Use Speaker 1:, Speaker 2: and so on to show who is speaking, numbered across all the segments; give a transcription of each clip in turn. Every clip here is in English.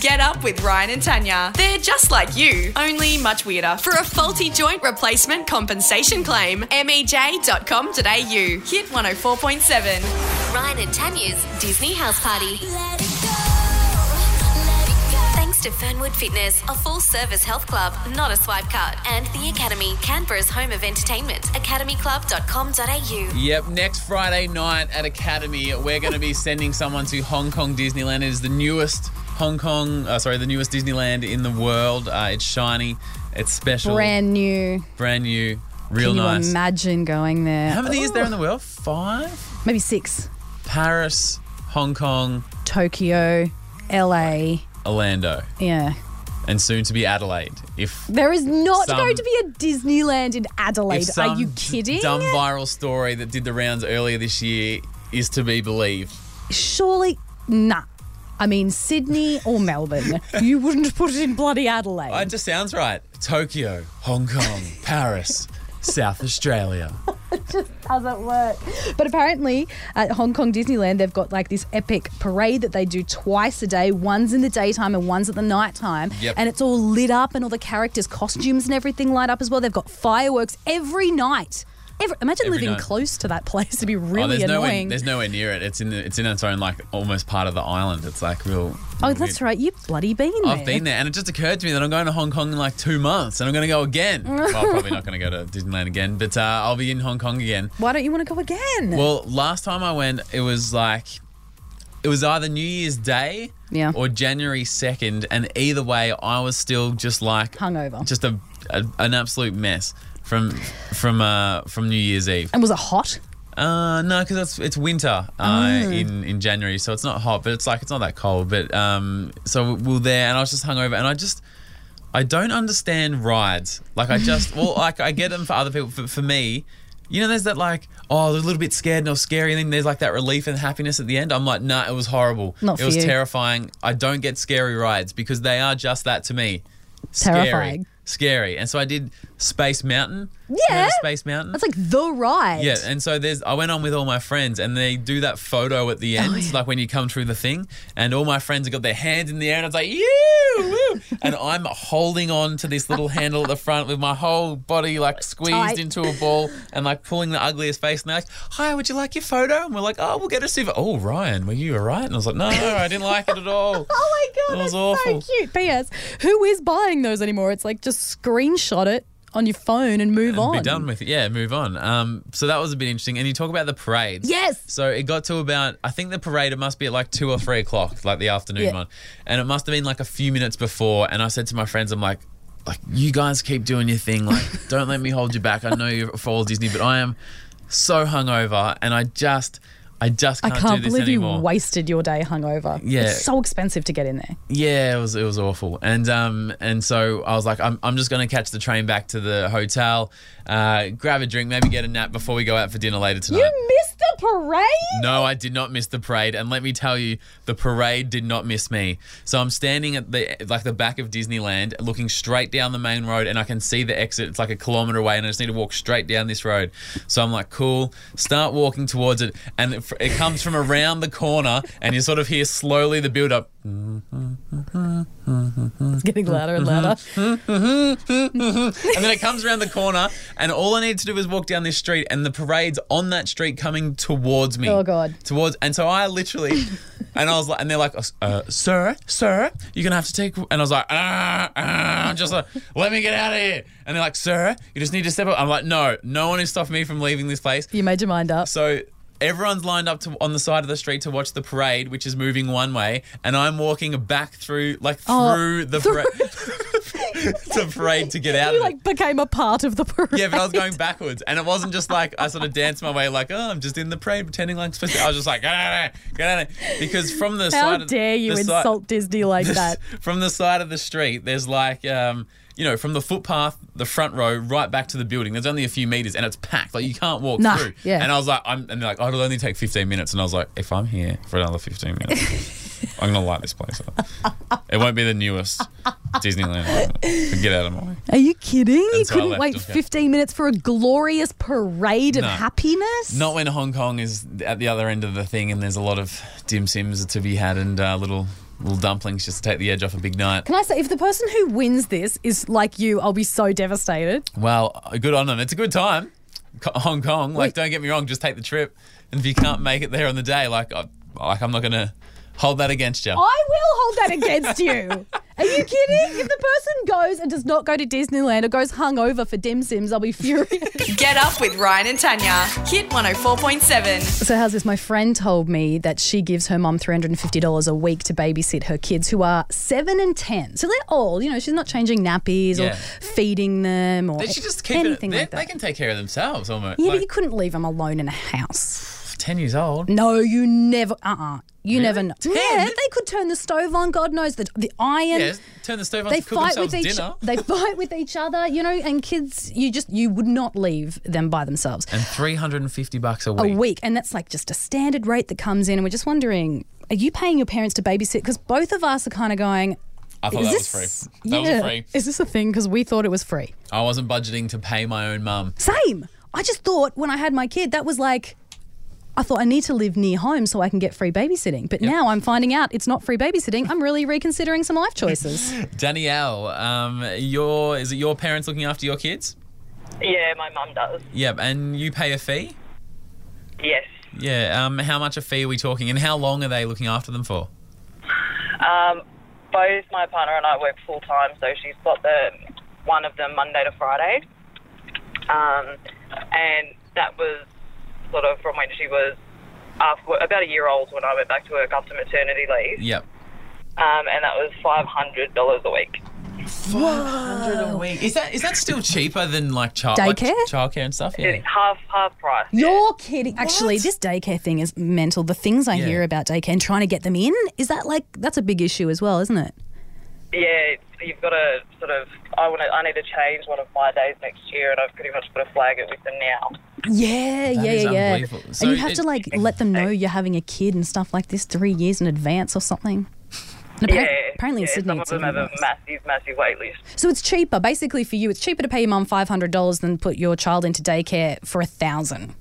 Speaker 1: Get Up with Ryan and Tanya. They're just like you, only much weirder. For a faulty joint replacement compensation claim, E mej.com.au. Hit 104.7.
Speaker 2: Ryan and Tanya's Disney House Party. Thanks to Fernwood Fitness, a full service health club, not a swipe card, and the Academy, Canberra's home of entertainment, academyclub.com.au.
Speaker 3: Yep, next Friday night at Academy, we're going to be sending someone to Hong Kong Disneyland. It is the newest Hong Kong, uh, sorry, the newest Disneyland in the world. Uh, it's shiny, it's special,
Speaker 4: Brand new.
Speaker 3: brand new, real
Speaker 4: Can you
Speaker 3: Oh, nice.
Speaker 4: imagine going there?
Speaker 3: How many is there in the
Speaker 4: Ooh,
Speaker 3: world? Five?
Speaker 4: Maybe six.
Speaker 3: Paris, Hong Kong,
Speaker 4: Tokyo, LA.
Speaker 3: Orlando,
Speaker 4: Yeah.
Speaker 3: and soon to be Adelaide. If
Speaker 4: There is not
Speaker 3: Some-
Speaker 4: going to be a Disneyland in Adelaide.
Speaker 3: if some
Speaker 4: Are you kidding?
Speaker 3: dumb viral story that did the rounds earlier this year is to be believed,
Speaker 4: Surely, nah. I mean, Sydney or Melbourne. you wouldn't put it in bloody Adelaide.
Speaker 3: It just sounds right. Tokyo, Hong Kong, Paris, South Australia.
Speaker 4: doesn't work. But apparently, at Hong Kong Disneyland, they've got like this epic parade that they do twice a day. One's in the daytime and one's at the nighttime.
Speaker 3: Yep.
Speaker 4: And it's all lit up, and all the characters' costumes and everything light up as well. They've got fireworks every night. Every, imagine
Speaker 3: Every
Speaker 4: living
Speaker 3: night.
Speaker 4: close to that place to be
Speaker 3: oh,
Speaker 4: really
Speaker 3: there's nowhere,
Speaker 4: annoying.
Speaker 3: there's nowhere near it. It's in the, it's in its own like almost part of the island. It's like real.
Speaker 4: oh,
Speaker 3: real
Speaker 4: that's
Speaker 3: weird.
Speaker 4: right. You've bloody been there.
Speaker 3: I've been there, and it just occurred to me that I'm going to Hong Kong in like two months, and I'm going to go again. well, I'm probably not going to go to Disneyland again, but uh, I'll be in Hong Kong again.
Speaker 4: Why don't you want to go again?
Speaker 3: Well, last time I went, it was like it was either New Year's Day
Speaker 4: Yeah.
Speaker 3: or January second, and either way, I was still just like
Speaker 4: Hungover.
Speaker 3: just a, a an absolute mess from from uh from New Year's Eve.
Speaker 4: and was it hot?
Speaker 3: Uh, no, because it's it's winter uh,
Speaker 4: Oh.
Speaker 3: in in January, so it's not hot, but it's like it's not that cold. But um, so we we're there, and I was just hungover, and I just I don't understand rides. Like I just well, like I get them for other people. For, for me, you know, there's that like oh, I was a little bit scared and it was scary, and then there's like that relief and happiness at the end. I'm like, nah, it was horrible.
Speaker 4: Not
Speaker 3: it
Speaker 4: for
Speaker 3: was
Speaker 4: you.
Speaker 3: terrifying. I don't get scary rides because they are just that to me.
Speaker 4: Terrifying.
Speaker 3: Scary. Scary. And so I did Space Mountain. Yeah. Space Mountain.
Speaker 4: That's like the ride.
Speaker 3: Yeah, and so there's I went on with all my friends and they do that photo at
Speaker 4: Oh,
Speaker 3: the end, like when you come through the thing, and all my friends have got their hands in the air and it's like, you and I'm holding on to this little handle at the front with my whole body like squeezed
Speaker 4: Tight.
Speaker 3: into a ball and like pulling the ugliest face and they're like, Hi, would you like your photo? And we're like, Oh, we'll get a super Oh, Ryan, were you alright? And I was like, No, no, I didn't like it at all.
Speaker 4: Oh my
Speaker 3: It
Speaker 4: god,
Speaker 3: was
Speaker 4: that's
Speaker 3: awful.
Speaker 4: so cute. P.S. Who is buying those anymore? It's like just screenshot it on your phone and move on.
Speaker 3: Be done with it. Yeah, move on. Um, so that was a bit interesting. And you talk about the parades.
Speaker 4: Yes.
Speaker 3: So it got to about, I think the parade, it must be at like two or three o'clock, like the afternoon
Speaker 4: Yeah.
Speaker 3: one. And it must have been like a few minutes before. And I said to my friends, I'm like, like you guys keep doing your thing. Like, don't let me hold you back. I know you're for all Disney, but I am so hungover and I just, I just
Speaker 4: I
Speaker 3: can't,
Speaker 4: can't
Speaker 3: do this
Speaker 4: believe
Speaker 3: anymore.
Speaker 4: you wasted your day hungover.
Speaker 3: Yeah.
Speaker 4: It's so expensive to get in there.
Speaker 3: Yeah, it was it was awful, and um and so I was like, I'm, I'm just gonna catch the train back to the hotel, uh, grab a drink, maybe get a nap before we go out for dinner later tonight.
Speaker 4: You missed the parade?
Speaker 3: No, I did not miss the parade, and let me tell you, the parade did not miss me. So I'm standing at the like the back of Disneyland, looking straight down the main road, and I can see the exit. It's like a kilometer away, and I just need to walk straight down this road. So I'm like, cool. Start walking towards it, and it, it comes from around the corner, and you sort of hear slowly the build up.
Speaker 4: It's getting louder and louder.
Speaker 3: Mm-hmm. and then it comes around the corner, and all I need to do is walk down this street, and the parade's on that street coming towards me.
Speaker 4: Oh, God.
Speaker 3: Towards, and so I literally, and I was like, and they're like, uh, "Sir, sir, you're gonna have to take," and I was like, "Ah, ah," just like, let me get out of here. And they're like, "Sir, you just need to step up." I'm like, "No, no one is stopping me from leaving this place."
Speaker 4: you made your mind up.
Speaker 3: So everyone's lined up to, on the side of the street to watch the parade, which is moving one way, and I'm walking back through, like
Speaker 4: Oh,
Speaker 3: through the
Speaker 4: through-
Speaker 3: parade, the parade to get out.
Speaker 4: you
Speaker 3: of it.
Speaker 4: like became a part of the parade.
Speaker 3: Yeah, but I was going backwards, and it wasn't just like I sort of danced my way, like oh, I'm just in the parade, pretending like I'm supposed to. I was just like, get out of here, get out of here. because from the
Speaker 4: How
Speaker 3: side, of-
Speaker 4: dare you
Speaker 3: the si-
Speaker 4: insult Disney like that?
Speaker 3: from the side of the street, there's like, um, you know, from the footpath, the front row, right back to the building. There's only a few meters, and it's packed. Like you can't walk
Speaker 4: Nah,
Speaker 3: through.
Speaker 4: yeah.
Speaker 3: And I was like, I'm, and they're like, oh, it'll only take 15 minutes. And I was like, if I'm here for another 15 minutes, I'm gonna light this place up. It won't be the newest Disneyland. Get out of my way.
Speaker 4: Are you kidding? You
Speaker 3: And so I
Speaker 4: couldn't
Speaker 3: left,
Speaker 4: wait
Speaker 3: okay.
Speaker 4: 15 minutes for a glorious parade of
Speaker 3: No.
Speaker 4: happiness?
Speaker 3: Not when Hong Kong is at the other end of the thing and there's a lot of dim sims to be had and uh, little little dumplings just to take the edge off a big night.
Speaker 4: Can I say, if the person who wins this is like you, I'll be so devastated.
Speaker 3: Well, good on them. It's a good time. Co- Hong Kong, like,
Speaker 4: Wait.
Speaker 3: don't get me wrong, just take the trip. And if you can't make it there on the day, like, I, like I'm not going to hold that against you.
Speaker 4: I will hold that against you. Are you kidding? If the person goes and does not go to Disneyland or goes hungover for Dim Sims, I'll be furious.
Speaker 1: Get up with Ryan and Tanya. Hit 104.7.
Speaker 4: so, how's this? My friend told me that she gives her mum $350 a week to babysit her kids who are seven and 10. So, they're old. You know, she's not changing nappies
Speaker 3: Yeah.
Speaker 4: or feeding them or
Speaker 3: They should just keep
Speaker 4: anything
Speaker 3: it. they-
Speaker 4: like that.
Speaker 3: They can take care of themselves almost.
Speaker 4: yeah,
Speaker 3: like,
Speaker 4: but you couldn't leave them alone in a house.
Speaker 3: 10 years old.
Speaker 4: No, you never. Uh uh You never know.
Speaker 3: Ten?
Speaker 4: Yeah, they could turn the stove on. God knows the, the iron.
Speaker 3: Yeah, turn the stove on
Speaker 4: they
Speaker 3: to cook
Speaker 4: fight
Speaker 3: themselves
Speaker 4: with each
Speaker 3: dinner.
Speaker 4: they fight with each other you know and kids you just you would not leave them by themselves
Speaker 3: and 350 bucks a
Speaker 4: a
Speaker 3: week.
Speaker 4: week and that's like just a standard rate that comes in and we're just wondering are you paying your parents to babysit because both of us are kind of going
Speaker 3: I thought
Speaker 4: is
Speaker 3: Oh, that
Speaker 4: this
Speaker 3: was free. That
Speaker 4: yeah,
Speaker 3: was free.
Speaker 4: is this a thing because we thought it was free
Speaker 3: I wasn't budgeting to pay my own mum.
Speaker 4: same i just thought when i had my kid that was like I thought I need to live near home so I can get free babysitting. But now I'm finding out it's not free babysitting. I'm really reconsidering some life choices.
Speaker 3: Danielle, um, your is it your parents looking after your kids?
Speaker 5: Yeah, my mum does.
Speaker 3: Yep, and you pay a fee.
Speaker 5: Yes.
Speaker 3: Yeah, um, how much a fee are we talking, and how long are they looking after them for?
Speaker 5: Um, both my partner and I work full time, so she's got the one of them Monday to Friday, um, and that was sort of from when she was after, about a year old when I went back to work after maternity leave,
Speaker 3: Yep,
Speaker 5: um, and that was five hundred dollars a week.
Speaker 3: five hundred a week. Is that is that still cheaper than like child
Speaker 4: Daycare?
Speaker 3: like, childcare and stuff? Yeah.
Speaker 5: It's half half price.
Speaker 4: You're kidding. Actually, this daycare thing is mental. The things I
Speaker 3: Yeah.
Speaker 4: hear about daycare and trying to get them in is that like that's a big issue as well, isn't it?
Speaker 5: Yeah, it's- you've got to sort of. I want to. I need to change one of my days next year, and I've pretty much got to flag it with them now.
Speaker 4: Yeah, yeah,
Speaker 3: is
Speaker 4: yeah, yeah.
Speaker 3: unbelievable. So
Speaker 4: and you have
Speaker 3: it-
Speaker 4: to like let them know you're having a kid and stuff like this three years in advance or something. And appar-
Speaker 5: Yeah,
Speaker 4: apparently in
Speaker 5: yeah,
Speaker 4: Sydney,
Speaker 5: some of
Speaker 4: it's
Speaker 5: them
Speaker 4: even
Speaker 5: have a
Speaker 4: worse.
Speaker 5: massive, massive wait list.
Speaker 4: so it's cheaper. Basically, for you, it's cheaper to pay your mum five hundred dollars than put your child into daycare for a thousand.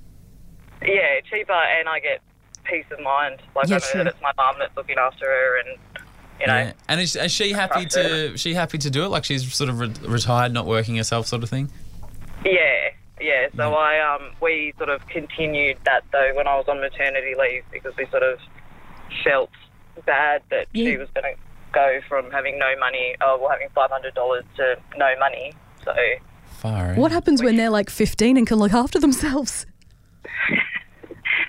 Speaker 5: Yeah, cheaper, and I get peace of mind. Like
Speaker 4: Yeah,
Speaker 5: I know
Speaker 4: true.
Speaker 5: that it's my mum that's looking after her, and you know,
Speaker 3: Yeah. And is, is she happy to she happy to do it? Like she's sort of re- retired, not working herself, sort of thing.
Speaker 5: yeah, yeah. So I um we sort of continued that though when I was on maternity leave because we sort of felt bad that she
Speaker 4: Yeah.
Speaker 5: was going to go from having no money, or well, having five hundred dollars to no money. So
Speaker 3: Far. out.
Speaker 4: What happens when they're like fifteen and can look after themselves?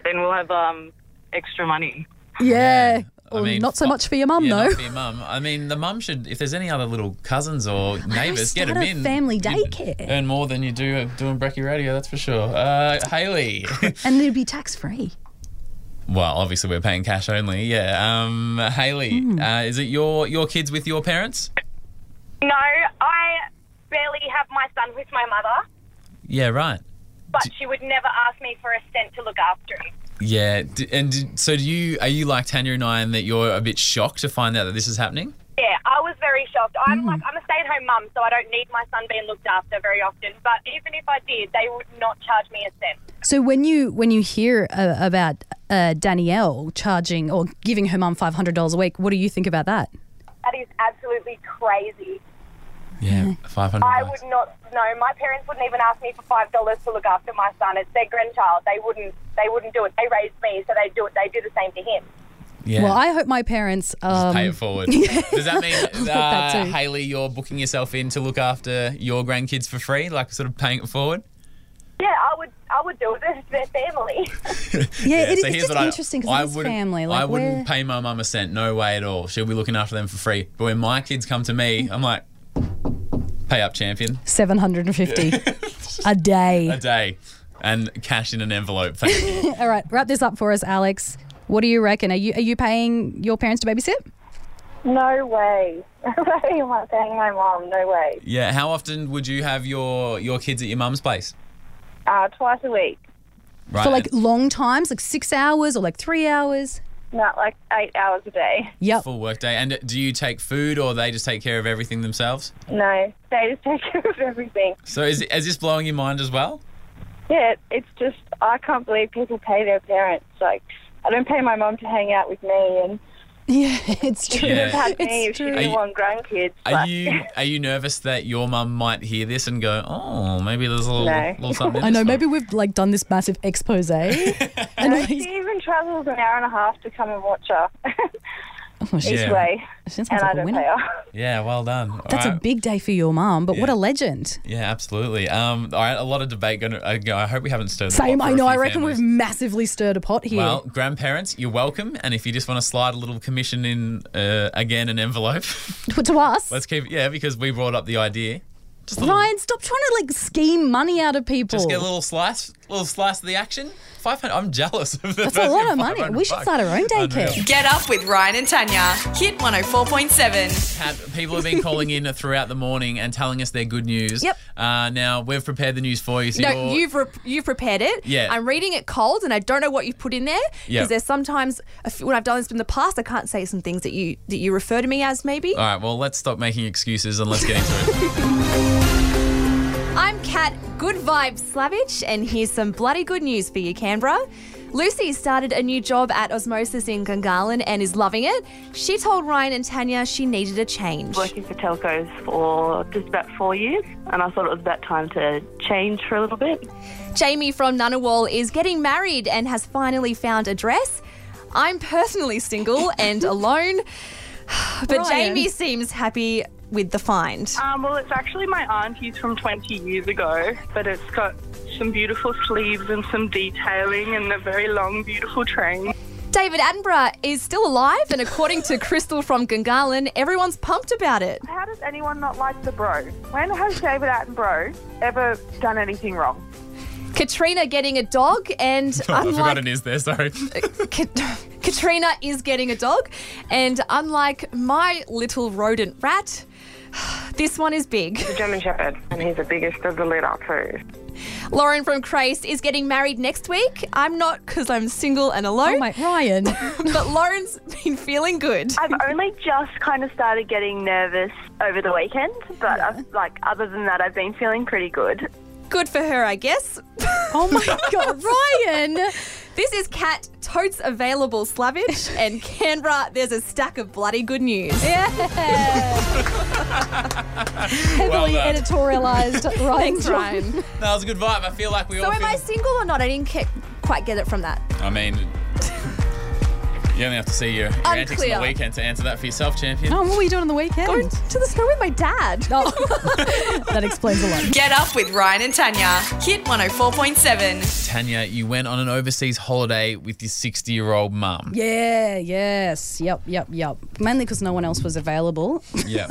Speaker 5: then we'll have um extra money.
Speaker 4: Yeah.
Speaker 3: I
Speaker 4: Or
Speaker 3: mean,
Speaker 4: not so
Speaker 3: fu-
Speaker 4: much for your mum
Speaker 3: yeah,
Speaker 4: though.
Speaker 3: Not for your mum. I mean, the mum should. If there's any other little cousins or neighbours, get
Speaker 4: start
Speaker 3: them
Speaker 4: a
Speaker 3: in.
Speaker 4: family
Speaker 3: You'd
Speaker 4: daycare.
Speaker 3: Earn more than you do doing Brecky Radio, that's for sure. Uh, Haley.
Speaker 4: and it'd be tax free.
Speaker 3: well, obviously we're paying cash only. Yeah. Um, Haley,
Speaker 4: Hmm.
Speaker 3: uh, is it your your kids with your parents?
Speaker 6: No, I barely have my son with my mother,
Speaker 3: Yeah. Right.
Speaker 6: but she would never ask me for a cent to look after him.
Speaker 3: Yeah. D- and d- so do you? Are you like Tanya and I, in that you're a bit shocked to find out that this is happening?
Speaker 6: Yeah, I was very shocked. I'm like, I'm a stay-at-home mum, so I don't need my son being looked after very often. But even if I did, they would not charge me a cent.
Speaker 4: So when you when you hear uh, about uh, Danielle charging or giving her mum five hundred dollars a week, what do you think about that?
Speaker 6: That is absolutely crazy.
Speaker 3: Yeah. Five hundred.
Speaker 6: I would not. No, my parents wouldn't even ask me for five dollars to look after my son. It's their grandchild. They wouldn't. They wouldn't do it. They raised me, so they do it. They do the same to him.
Speaker 3: Yeah.
Speaker 4: Well, I hope my parents. Um,
Speaker 3: Pay it forward. Does that mean,
Speaker 4: that
Speaker 3: uh,
Speaker 4: too.
Speaker 3: Haley, you're booking yourself in to look after your grandkids for free, like sort of paying it forward?
Speaker 6: Yeah, I would. I would do it. It's their family.
Speaker 4: yeah, it-
Speaker 3: so
Speaker 4: it's
Speaker 3: here's
Speaker 4: just
Speaker 3: what I-
Speaker 4: interesting
Speaker 3: I
Speaker 4: because it's
Speaker 3: wouldn't-
Speaker 4: family. Like
Speaker 3: I
Speaker 4: we're,
Speaker 3: wouldn't pay my mum a cent, no way at all. She'll be looking after them for free. But when my kids come to me, I'm like, pay up, champion,
Speaker 4: seven hundred and fifty a day.
Speaker 3: a day, and cash in an envelope. Thank you.
Speaker 4: All right, wrap this up for us, Alex. What do you reckon? Are you are you paying your parents to babysit?
Speaker 6: No way. No way am I paying my mom. No way.
Speaker 3: yeah. How often would you have your your kids at your mum's place?
Speaker 6: Uh, twice a week.
Speaker 3: Right.
Speaker 4: For like long times, like six hours or like three hours.
Speaker 6: Not like eight hours a day.
Speaker 4: Yep.
Speaker 3: full work day. And do you take food, or they just take care of everything themselves?
Speaker 6: No, they just take care of everything.
Speaker 3: So is is this blowing your mind as well?
Speaker 6: Yeah, it's just I can't believe people pay their parents. Like I don't pay my mom to hang out with me, and
Speaker 4: Yeah, it's true.
Speaker 3: Yeah.
Speaker 7: had me if
Speaker 4: It's
Speaker 7: she
Speaker 4: true.
Speaker 3: Are
Speaker 7: didn't
Speaker 3: you-
Speaker 7: want grandkids.
Speaker 3: Are
Speaker 7: but-
Speaker 3: you are you nervous that your mum might hear this and go, oh, maybe there's a little,
Speaker 7: No.
Speaker 3: little something? in
Speaker 4: I
Speaker 3: this
Speaker 4: know.
Speaker 3: one."
Speaker 4: Maybe we've like done this massive expose, and like,
Speaker 7: She even travels an hour and a half to come and watch her
Speaker 4: oh, she,
Speaker 3: Yeah.
Speaker 7: each way,
Speaker 4: she sounds
Speaker 7: and I
Speaker 4: like a
Speaker 7: don't
Speaker 4: winner.
Speaker 7: pay her.
Speaker 3: Yeah, well done.
Speaker 4: That's a
Speaker 3: Alright.
Speaker 4: big day for your mum, but what
Speaker 3: Yeah.
Speaker 4: a legend.
Speaker 3: Yeah, absolutely. Um, all right, a lot of debate going to go. I hope we haven't stirred. the
Speaker 4: Same,
Speaker 3: pot for
Speaker 4: I
Speaker 3: a
Speaker 4: know.
Speaker 3: few
Speaker 4: I reckon
Speaker 3: families.
Speaker 4: we've massively stirred a pot here.
Speaker 3: Well, grandparents, you're welcome. And if you just want to slide a little commission in uh, again, an envelope,
Speaker 4: But to us,
Speaker 3: let's keep. Yeah, because we brought up the idea. Just a little,
Speaker 4: Ryan, stop trying to like scheme money out of people.
Speaker 3: just get a little slice, little slice of the action. Five hundred. I'm jealous of the
Speaker 4: That's a lot of money.
Speaker 3: 500
Speaker 4: We should
Speaker 3: bucks.
Speaker 4: start our own
Speaker 3: Unreal.
Speaker 4: daycare.
Speaker 1: Get up with Ryan and Tanya. Hit 104.7.
Speaker 3: Pat, people have been calling in throughout the morning and telling us their good news.
Speaker 2: Yep.
Speaker 3: Uh, now we've prepared the news for you. So
Speaker 2: No,
Speaker 3: you're-
Speaker 2: you've re- you've prepared it.
Speaker 3: Yeah.
Speaker 2: I'm reading it cold, and I don't know what you've put in there because
Speaker 3: Yeah.
Speaker 2: there's sometimes a few, when I've done this in the past, I can't say some things that you that you refer to me as maybe.
Speaker 3: All right. Well, let's stop making excuses and let's get into it.
Speaker 2: I'm Kat, good vibes Slavich, and here's some bloody good news for you, Canberra. Lucy started a new job at Osmosis in Gungahlin and is loving it. She told Ryan and Tanya she needed a change.
Speaker 8: working for telcos for just about four years, and I thought it was about time to change for a little bit.
Speaker 2: Jamie from Ngunnawal is getting married and has finally found a dress. I'm personally single and alone, but
Speaker 4: Ryan.
Speaker 2: Jamie seems happy with the find.
Speaker 8: Um, well, it's actually my auntie's from 20 years ago, but it's got some beautiful sleeves and some detailing and a very long, beautiful train.
Speaker 2: David Attenborough is still alive, and according to Crystal from Gungahlin, everyone's pumped about it.
Speaker 9: How does anyone not like the bro? When has David Attenborough ever done anything wrong?
Speaker 2: Katrina getting a dog, and
Speaker 3: Oh, I
Speaker 2: unlike
Speaker 3: forgot an is there. Sorry.
Speaker 2: Kat- Katrina is getting a dog, and unlike my little rodent rat, this one is big.
Speaker 9: German Shepherd, and he's the biggest of the litter too.
Speaker 2: Lauren from Crace is getting married next week. I'm not because I'm single and
Speaker 4: Oh
Speaker 2: alone,
Speaker 4: my, Ryan.
Speaker 2: but Lauren's been feeling good.
Speaker 8: I've only just kind of started getting nervous over the weekend, but I've, like other than that, I've been feeling pretty good.
Speaker 2: Good for her, I guess.
Speaker 4: Oh my God, Ryan.
Speaker 2: This is Cat Totes Available Slavage and Canberra. There's a stack of bloody good news.
Speaker 4: Heavily
Speaker 3: done.
Speaker 4: editorialized, Ryan.
Speaker 2: Thanks, Ryan.
Speaker 3: That was a good vibe. I feel like we
Speaker 2: So
Speaker 3: all.
Speaker 2: am
Speaker 3: feel-
Speaker 2: I single or not? I didn't ki- quite get it from that.
Speaker 3: I mean, you only have to see your, your antics on the
Speaker 2: Unclear.
Speaker 3: weekend to answer that for yourself, champion.
Speaker 4: Oh, what were you doing on the weekend?
Speaker 2: Going to the snow with my dad.
Speaker 4: Oh, that explains a lot.
Speaker 1: Get up with Ryan and Tanya. Hit 104.7.
Speaker 3: Tanya, you went on an overseas holiday with your 60 year old mum.
Speaker 4: Yeah, yes. Yep, yep, yep. Mainly because no one else was available.
Speaker 3: Yeah.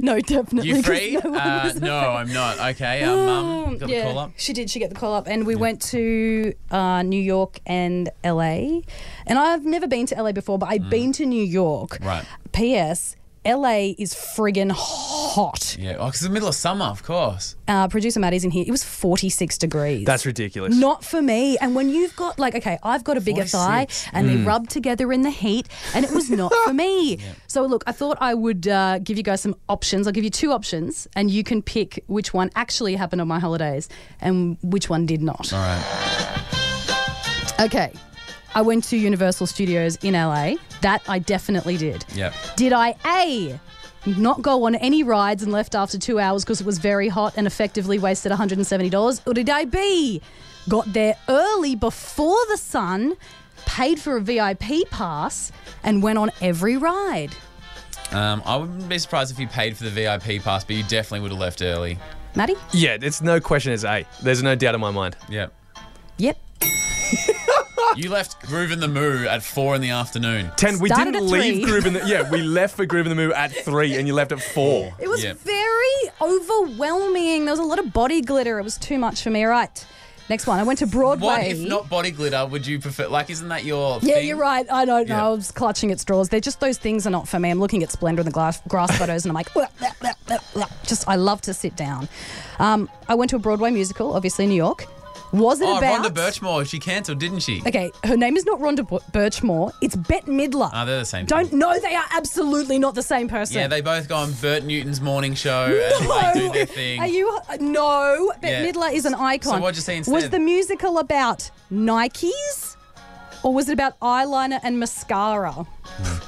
Speaker 4: no, definitely.
Speaker 3: You
Speaker 4: 'cause
Speaker 3: free?
Speaker 4: No one
Speaker 3: uh,
Speaker 4: was
Speaker 3: no, I'm not. Okay, uh, mum got the call up.
Speaker 4: She did. She got the call up, and we went to uh, New York and LA. And I've never been to LA before, but I've been to New York.
Speaker 3: Mm. Right.
Speaker 4: P.S. LA is friggin' hot.
Speaker 3: Yeah, because it's the middle of summer, of course.
Speaker 4: Uh, Producer Maddie's in here. It was 46 degrees.
Speaker 10: That's ridiculous.
Speaker 4: Not for me. And when you've got like, okay, I've got a bigger thigh,
Speaker 3: 46.
Speaker 4: and
Speaker 10: Mm.
Speaker 4: they rub together in the heat, and it was not for me. So look, I thought I would uh, give you guys some options. I'll give you two options, and you can pick which one actually happened on my holidays and which one did not.
Speaker 3: All right.
Speaker 4: Okay. I went to Universal Studios in LA. That I definitely did.
Speaker 3: Yep.
Speaker 4: Did I A, not go on any rides and left after two hours because it was very hot and effectively wasted $170? Or did I B, got there early before the sun, paid for a VIP pass, and went on every ride?
Speaker 3: Um, I wouldn't be surprised if you paid for the VIP pass, but you definitely would have left early.
Speaker 4: Maddie?
Speaker 10: Yeah, it's no question as A. There's no doubt in my mind.
Speaker 3: Yep.
Speaker 4: Yep.
Speaker 3: You left Groove in the Moo at four in the afternoon.
Speaker 10: Ten. We
Speaker 4: Started
Speaker 10: didn't
Speaker 4: at
Speaker 10: leave
Speaker 4: three.
Speaker 10: Groove in the. Yeah, we left for Groove in the Move at three, and you left at four.
Speaker 4: It was
Speaker 3: Yep.
Speaker 4: very overwhelming. There was a lot of body glitter. It was too much for me. All right. Next one. I went to Broadway.
Speaker 3: What if not body glitter? Would you prefer? Like, isn't that your?
Speaker 4: Yeah,
Speaker 3: thing?
Speaker 4: you're right. I don't know.
Speaker 3: Yeah.
Speaker 4: I was clutching at straws. They're just those things are not for me. I'm looking at Splendor and the glass, grass photos, and I'm like, "Ugh, ugh, ugh, ugh, ugh." just I love to sit down. Um, I went to a Broadway musical, obviously in New York. Was it
Speaker 3: Oh,
Speaker 4: about?
Speaker 3: Rhonda Birchmore, she cancelled, didn't she?
Speaker 4: Okay, her name is not Rhonda B- Birchmore. It's Bette Midler.
Speaker 3: Ah, they're the same
Speaker 4: Don't
Speaker 3: people.
Speaker 4: no, they are absolutely not the same person.
Speaker 3: Yeah, they both go on Bert Newton's morning show and
Speaker 4: No,
Speaker 3: like, do their thing.
Speaker 4: are you? uh, No, Bette
Speaker 3: Yeah.
Speaker 4: Midler is an icon.
Speaker 3: what'd you say
Speaker 4: Was
Speaker 3: instead?
Speaker 4: the musical about Nikes, or was it about eyeliner and mascara?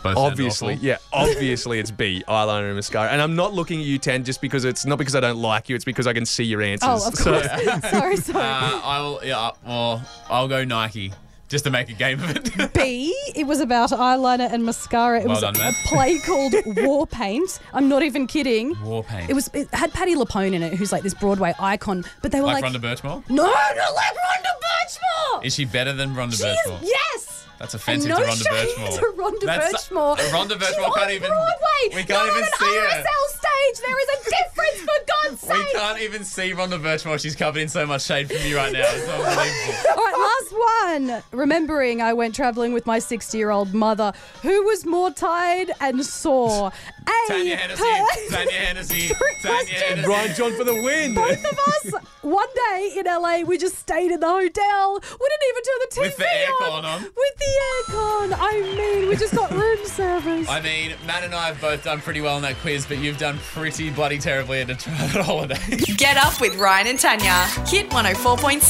Speaker 3: Both sound
Speaker 7: Obviously,
Speaker 3: awful.
Speaker 7: yeah, obviously it's B, eyeliner and mascara. And I'm not looking at you, 10, just because it's not because I don't like you, it's because I can see your answers.
Speaker 4: Oh, of
Speaker 7: So-
Speaker 4: course. sorry, sorry.
Speaker 3: Uh, I will. Yeah. Well, I'll go Nike just to make a game of it.
Speaker 4: B, it was about eyeliner and mascara. It
Speaker 3: Well
Speaker 4: was
Speaker 3: done,
Speaker 4: a
Speaker 3: Matt.
Speaker 4: play called War Paint. I'm not even kidding.
Speaker 3: War Paint.
Speaker 4: It was it had Patty Lapone in it, who's like this Broadway icon. But they were
Speaker 3: like,
Speaker 4: like,
Speaker 3: Rhonda Birchmore.
Speaker 4: no, not like Rhonda Birchmore.
Speaker 3: Is she better than Rhonda
Speaker 4: she is
Speaker 3: Birchmore?
Speaker 4: yes.
Speaker 3: That's
Speaker 4: And
Speaker 3: offensive
Speaker 4: no
Speaker 3: to Rhonda
Speaker 4: shade
Speaker 3: Birchmore.
Speaker 4: to Rhonda
Speaker 3: That's-
Speaker 4: Birchmore.
Speaker 3: Rhonda
Speaker 4: She's
Speaker 3: Birchmore
Speaker 4: on
Speaker 3: can't even.
Speaker 4: Broadway.
Speaker 3: We can't
Speaker 4: Not on
Speaker 3: even
Speaker 4: an
Speaker 3: see her.
Speaker 4: RSL stage. There is a difference, for God's
Speaker 3: We
Speaker 4: sake.
Speaker 3: can't even see Rhonda Birchmore. She's covered in so much shade from you right now. It's unbelievable.
Speaker 4: All right, last one. Remembering I went travelling with my 60 year old mother who was more tired and sore. A.
Speaker 3: Tanya Hennessy.
Speaker 4: her-
Speaker 3: Tanya Hennessy.
Speaker 4: Three
Speaker 3: Tanya
Speaker 4: questions.
Speaker 3: Hennessy.
Speaker 7: Ryan John for the win.
Speaker 4: Both of us, one day in LA, we just stayed in the hotel. We didn't even turn the TV
Speaker 3: With the aircon on.
Speaker 4: With the aircon. I mean, we just got room service.
Speaker 3: I mean, Matt and I have both done pretty well in that quiz, but you've done pretty bloody terribly at a travel holiday.
Speaker 1: Get up with Ryan and Tanya. Hit 104.7.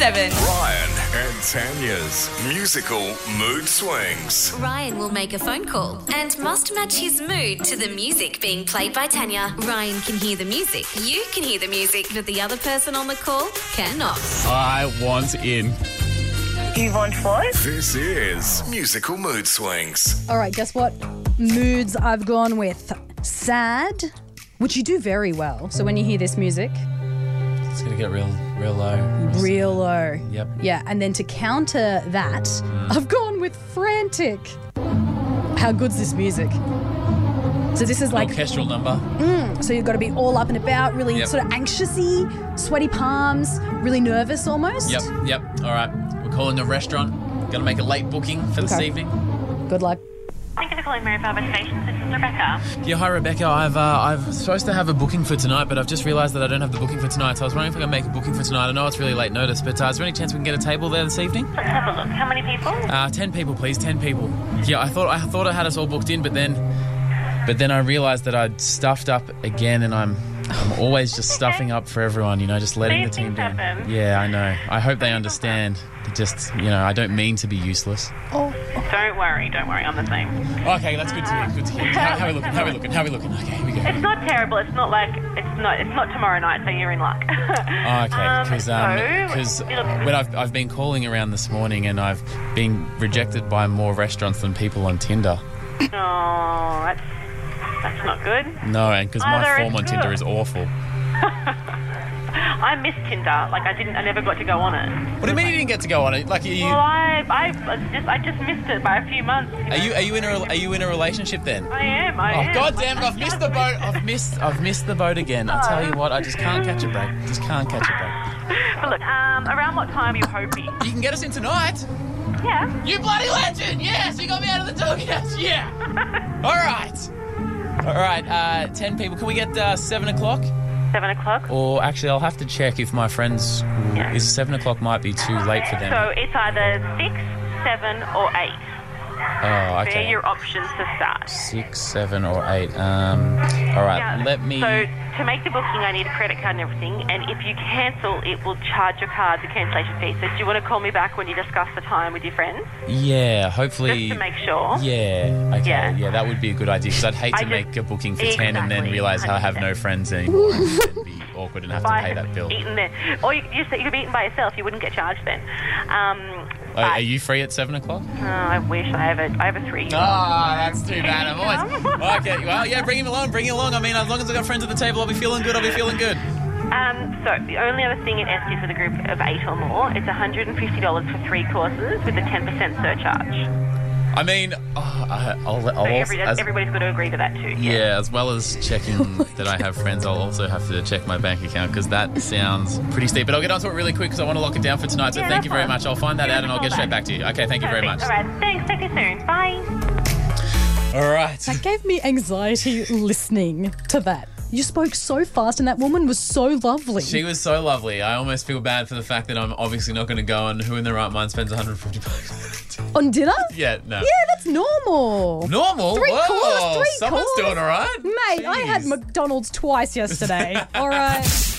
Speaker 11: Ryan and Tanya's musical mood swings.
Speaker 2: Ryan will make a phone call and must match his mood to the music being played by Tanya. Ryan can hear the music, you can hear the music, but the other person on the call cannot.
Speaker 3: I want in.
Speaker 6: You want what?
Speaker 11: This is musical mood swings.
Speaker 4: All right, guess what? Moods I've gone with. Sad, which you do very well. So when you hear this music,
Speaker 3: It's gonna get real, real low.
Speaker 4: real low.
Speaker 3: Yep. Mm.
Speaker 4: Yeah, and then to counter that, I've gone with frantic. How good's this music? So this is like
Speaker 3: Orchestral number.
Speaker 4: so you've got to be all up and about, really
Speaker 3: Yep.
Speaker 4: sort of anxiousy, sweaty palms, really nervous almost.
Speaker 3: Yep, yep. All right. We're calling the restaurant. Gonna make a late booking for this
Speaker 4: Okay.
Speaker 3: evening.
Speaker 4: Good luck.
Speaker 8: Thank you for calling Mary Barber Station. This is Rebecca.
Speaker 3: Yeah, hi Rebecca. I've uh, I've supposed to have a booking for tonight, but I've just realised that I don't have the booking for tonight. So I was wondering if I can make a booking for tonight. I know it's really late notice, but uh, is there any chance we can get a table there this evening?
Speaker 8: Let's have a look. How many people?
Speaker 3: Uh, ten people, please. Ten people. Yeah, I thought I thought I had us all booked in, but then but then I realised that I'd stuffed up again, and I'm I'm always just stuffing up for everyone. You know, just letting the
Speaker 8: These
Speaker 3: team
Speaker 8: things
Speaker 3: down.
Speaker 8: happen.
Speaker 3: Yeah, I know. I hope they understand. Just you know, I don't mean to be useless.
Speaker 8: Don't worry, don't worry. I'm the same.
Speaker 3: Okay, that's good to hear. Good to hear. How, how are we looking? How are we looking? How are we looking? Okay, here we go.
Speaker 8: It's not terrible. It's not like it's not. It's not tomorrow night, so you're in luck. Um,
Speaker 3: Oh, okay, because
Speaker 8: so, it'll-
Speaker 3: when I've, I've been calling around this morning and I've been rejected by more restaurants than people on Tinder.
Speaker 8: oh, that's that's not good.
Speaker 3: No, and because my
Speaker 8: Either
Speaker 3: form
Speaker 8: it's
Speaker 3: on Tinder
Speaker 8: Oh, good.
Speaker 3: is awful.
Speaker 8: I missed Tinder. Like I didn't. I never got to go on it.
Speaker 3: What do you mean you didn't get to go on it? Like, are you
Speaker 8: Well, I I just I just missed it by a few months.
Speaker 3: are you are you in a are you in a relationship then?
Speaker 8: I am. I
Speaker 3: Oh
Speaker 8: am.
Speaker 3: god damn it!
Speaker 8: Like,
Speaker 3: I've
Speaker 8: I
Speaker 3: missed
Speaker 8: just
Speaker 3: the boat.
Speaker 8: missed it.
Speaker 3: I've missed I've missed the boat again. I tell you what, I just can't catch a break. Just can't catch a
Speaker 8: But look, um, around what time are you hoping?
Speaker 3: break. You can get us in tonight.
Speaker 8: yeah.
Speaker 3: You bloody legend! Yes, you got me out of the doghouse. Yeah. All right. All right. Uh, ten people. Can we get uh, seven o'clock?
Speaker 8: Seven o'clock.
Speaker 3: Or actually, I'll have to check if my friends.
Speaker 8: Yeah.
Speaker 3: Is seven o'clock might be too late for them.
Speaker 8: So it's either six, seven, or eight.
Speaker 3: oh,
Speaker 8: They're
Speaker 3: okay.
Speaker 8: your options to start.
Speaker 3: Six, seven, or eight. Um, all right.
Speaker 8: Yeah,
Speaker 3: Let me.
Speaker 8: So to make the booking, I need a credit card and everything. And if you cancel, it will charge your card the cancellation fee. So do you want to call me back when you discuss the time with your friends,
Speaker 3: yeah.
Speaker 8: just
Speaker 3: Hopefully.
Speaker 8: to make sure?
Speaker 3: Yeah. Okay. Yeah.
Speaker 8: Yeah.
Speaker 3: that would be a good idea because I'd hate
Speaker 8: I
Speaker 3: to
Speaker 8: just-
Speaker 3: make a booking for ten and then
Speaker 8: Exactly,
Speaker 3: realize I have no
Speaker 8: 100%.
Speaker 3: friends anymore and be awkward and have to
Speaker 8: By
Speaker 3: pay that bill.
Speaker 8: Eaten there, or you, you, you could be eaten by yourself. You wouldn't get charged then. Um,
Speaker 3: Are, Oh, are you free at seven o'clock?
Speaker 8: but, uh, I wish I have a I have a three.
Speaker 3: Ah, that's too bad. I'm always
Speaker 8: Come.
Speaker 3: Well, okay. Well, yeah, bring him along. Bring him along. I mean, as long as I got friends at the table, I'll be feeling good. I'll be feeling good.
Speaker 8: Um, so the only other thing it asks you for the group of eight or more, it's $150 for three courses with a 10% surcharge.
Speaker 3: I mean, oh, I, I'll, I'll
Speaker 8: So
Speaker 3: also-
Speaker 8: every,
Speaker 3: as,
Speaker 8: everybody's got to agree to that too.
Speaker 3: yeah, as well as checking that I have friends, I'll also have to check my bank account because that sounds pretty steep. But I'll get onto it really quick because I want to lock it down for tonight. So
Speaker 8: Yeah,
Speaker 3: thank
Speaker 8: that's
Speaker 3: you very
Speaker 8: fine.
Speaker 3: much. I'll find that
Speaker 8: Give
Speaker 3: out
Speaker 8: us
Speaker 3: and
Speaker 8: a
Speaker 3: I'll
Speaker 8: call
Speaker 3: get straight back
Speaker 8: back.
Speaker 3: to you. Okay, thank you very much.
Speaker 8: Perfect. All right. Thanks. Talk to you soon. Bye.
Speaker 3: All right.
Speaker 4: That gave me anxiety listening to that. You spoke so fast, and that woman was so lovely.
Speaker 3: She was so lovely. I almost feel bad for the fact that I'm obviously not going to go. And who in their right mind spends 150 bucks?
Speaker 4: On dinner?
Speaker 3: yeah, no.
Speaker 4: Yeah, that's normal.
Speaker 3: Normal.
Speaker 4: Three
Speaker 3: Whoa,
Speaker 4: course, three
Speaker 3: someone's
Speaker 4: course.
Speaker 3: doing all right,
Speaker 4: Mate, I had
Speaker 3: Jeez.
Speaker 4: McDonald's twice yesterday. All right.